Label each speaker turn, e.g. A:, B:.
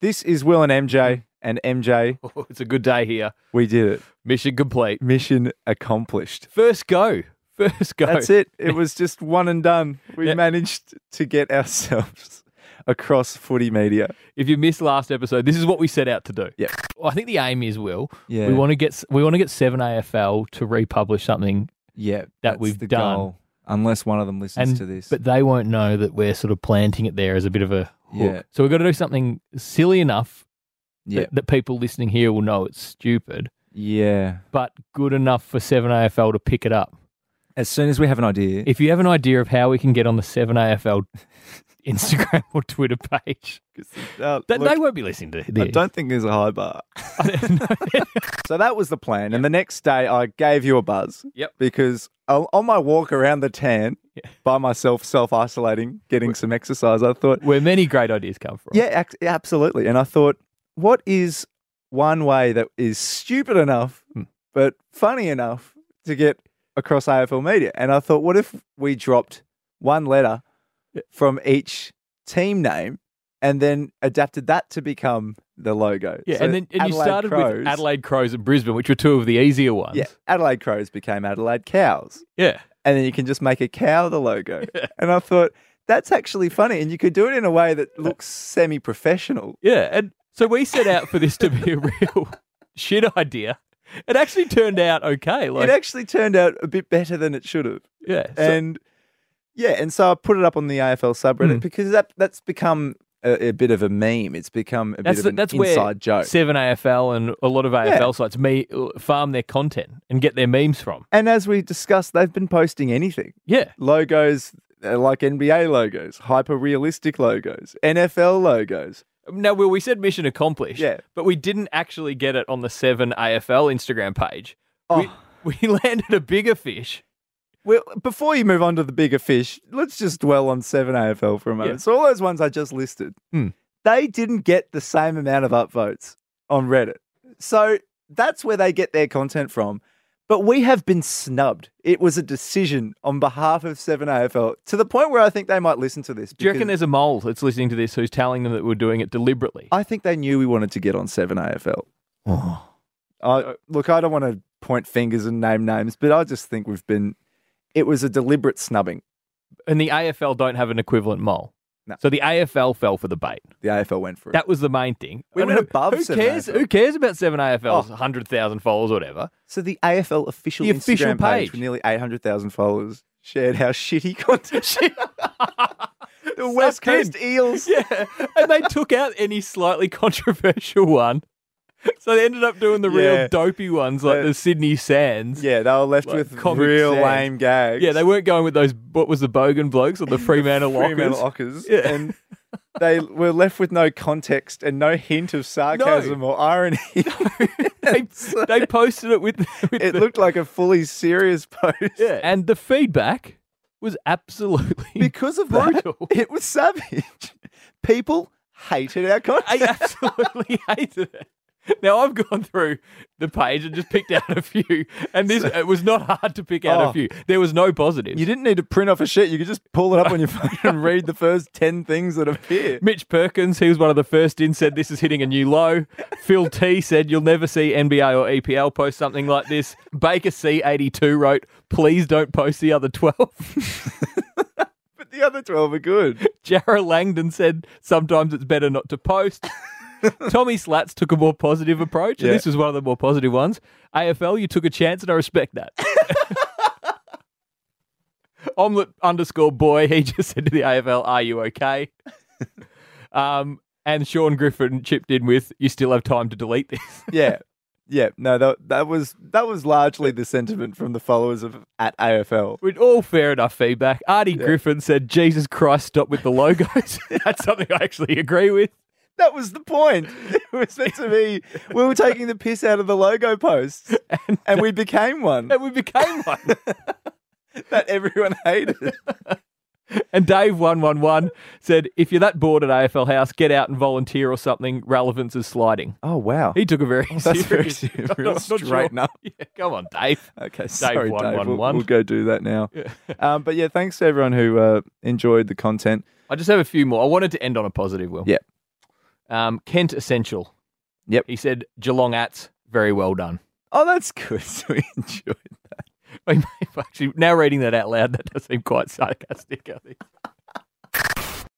A: This is Will and MJ, and MJ,
B: it's a good day here.
A: we did it.
B: Mission complete.
A: Mission accomplished.
B: First go. First go.
A: That's it. It was just one and done. We
B: Yeah.
A: managed to get ourselves across footy media.
B: If you missed last episode, this is what we set out to do.
A: Yep.
B: Well, I think the aim is, Will,
A: Yeah.
B: we want to get we want to get Seven AFL to republish something,
A: Yeah,
B: that's we've the done. goal.
A: Unless one of them listens
B: And-
A: to this.
B: but they won't know that we're sort of planting it there as a bit of a hook.
A: Yeah.
B: So we've got to do something silly enough
A: yeah,
B: that, that people listening here will know it's stupid,
A: yeah.
B: but good enough for Seven AFL to pick it up.
A: As soon as we have an idea,
B: If you have an idea of how we can get on the Seven AFL Instagram or Twitter page,
A: Uh,
B: that,
A: look,
B: they won't be listening to this.
A: I don't think there's a high bar. so that was the plan. And the next day, I gave you a buzz.
B: Yep.
A: Because on on my walk around the tan by myself, self isolating, getting some exercise, I thought,
B: where many great ideas come from.
A: yeah, ac- absolutely. And I thought, what is one way that is stupid enough,
B: Hmm.
A: but funny enough to get across AFL media? And I thought, what if we dropped one letter from each team name and then adapted that to become the logo?
B: Yeah,
A: So
B: and then and you
A: Adelaide
B: started
A: Crows-
B: with Adelaide Crows and Brisbane, which were two of the easier ones.
A: Yeah, Adelaide Crows became Adelaide Cows.
B: Yeah.
A: And then you can just make a cow the logo. And I thought, that's actually funny. And you could do it in a way that looks semi professional.
B: Yeah. And so we set out for this to be a real shit idea. It actually turned out okay. Like,
A: it actually turned out a bit better than it should have.
B: yeah. So,
A: And yeah, and so I put it up on the AFL
B: Hmm.
A: subreddit because that that's become a, a bit of a meme. It's become a
B: that's
A: bit of
B: the,
A: an
B: that's where
A: inside joke.
B: Seven AFL and a lot of AFL
A: Yeah.
B: sites me farm their content and get their memes from.
A: and as we discussed, they've been posting anything.
B: Yeah.
A: Logos uh, like NBA logos, hyper realistic logos, NFL logos.
B: Now, Will, we said mission accomplished.
A: Yeah.
B: But we didn't actually get it on the Seven AFL Instagram page.
A: Oh.
B: We, we landed a bigger fish.
A: Well, before you move on to the bigger fish, let's just dwell on 7AFL for a moment.
B: Yeah.
A: So, all those ones I just listed,
B: Hmm.
A: they didn't get the same amount of upvotes on Reddit. So, that's where they get their content from. But we have been snubbed. It was a decision on behalf of 7AFL to the point where I think they might listen to this.
B: Do you reckon
A: because
B: there's a mole that's listening to this who's telling them that we're doing it deliberately?
A: I think they knew we wanted to get on 7AFL.
B: Oh.
A: I, look, I don't want to point fingers and name names, but I just think we've been, it was a deliberate snubbing.
B: And the AFL don't have an equivalent mole.
A: No.
B: So the AFL fell for the bait.
A: The AFL went for it.
B: That was the main thing.
A: We
B: And
A: went
B: who-
A: above
B: Who
A: seven
B: cares?
A: AFL.
B: Who cares about seven AFL's
A: Oh.
B: hundred thousand followers or whatever?
A: So the AFL official
B: The
A: Instagram
B: official page.
A: page. with nearly 800,000 followers shared how shitty content the West Coast Eels.
B: yeah, and they took out any slightly controversial one. So they ended up doing the
A: Yeah.
B: real dopey ones like
A: Uh,
B: the Sydney Sands.
A: Yeah, they were left
B: Like
A: with
B: Comic
A: real
B: Sans.
A: lame gags.
B: Yeah, they weren't going with those. What was the Bogan blokes or the Fremantle
A: Fremantle
B: Lockers?
A: Ockers.
B: Yeah.
A: And they were left with no context and no hint of sarcasm or irony.
B: They, they posted it with. with
A: it
B: the-
A: looked like a fully serious post.
B: Yeah. And the feedback was absolutely
A: Because of
B: brutal.
A: that, it was savage. People hated our content.
B: I absolutely hated it. Now I've gone through the page and just picked out a few, and this it was not hard to pick out
A: Oh.
B: a few. There was no positive.
A: You didn't need to print off a sheet. You could just pull it up on your phone and read the first 10 things that appear.
B: Mitch Perkins, he was one of the first in, said this is hitting a new low. Phil T said you'll never see NBA or EPL post something like this. Baker C82 wrote, please don't post the other 12.
A: But the other 12 are good.
B: Jarrah Langdon said sometimes it's better not to post. Tommy Slats took a more positive approach, and
A: Yeah.
B: this was one of the more positive ones. AFL, you took a chance, and I respect that. Omelette underscore boy, he just said to the AFL, "Are you okay?" um, and Sean Griffin chipped in with, "You still have time to delete this."
A: Yeah. Yeah. No, that, that was that was largely the sentiment from the followers of at AFL.
B: With all fair enough feedback, Artie Griffin said, "Jesus Christ, stop with the logos." That's something I actually agree with.
A: That was the point. It was meant to be we were taking the piss out of the logo posts and, we became one
B: And we became one.
A: that everyone hated.
B: And Dave111 said, if you're that bored at AFL House, get out and volunteer or something. Relevance is sliding.
A: Oh wow.
B: He took a very
A: That's
B: serious...
A: very serious.
B: I'm
A: Real
B: not- not
A: straight
B: sure.
A: up.
B: Yeah, come on, Dave.
A: Okay, sorry,
B: one,
A: Dave.
B: one,
A: We'll,
B: one.
A: we'll go do that now. Um, but yeah, thanks to everyone who uh, enjoyed the content.
B: I just have a few more. I wanted to end on a positive, Will.
A: Yeah.
B: Um, Kent Essential.
A: Yep.
B: He said Geelong Ats, very well done.
A: Oh, that's good. So we enjoyed.
B: Actually, now reading that out loud, that does seem quite sarcastic. I think.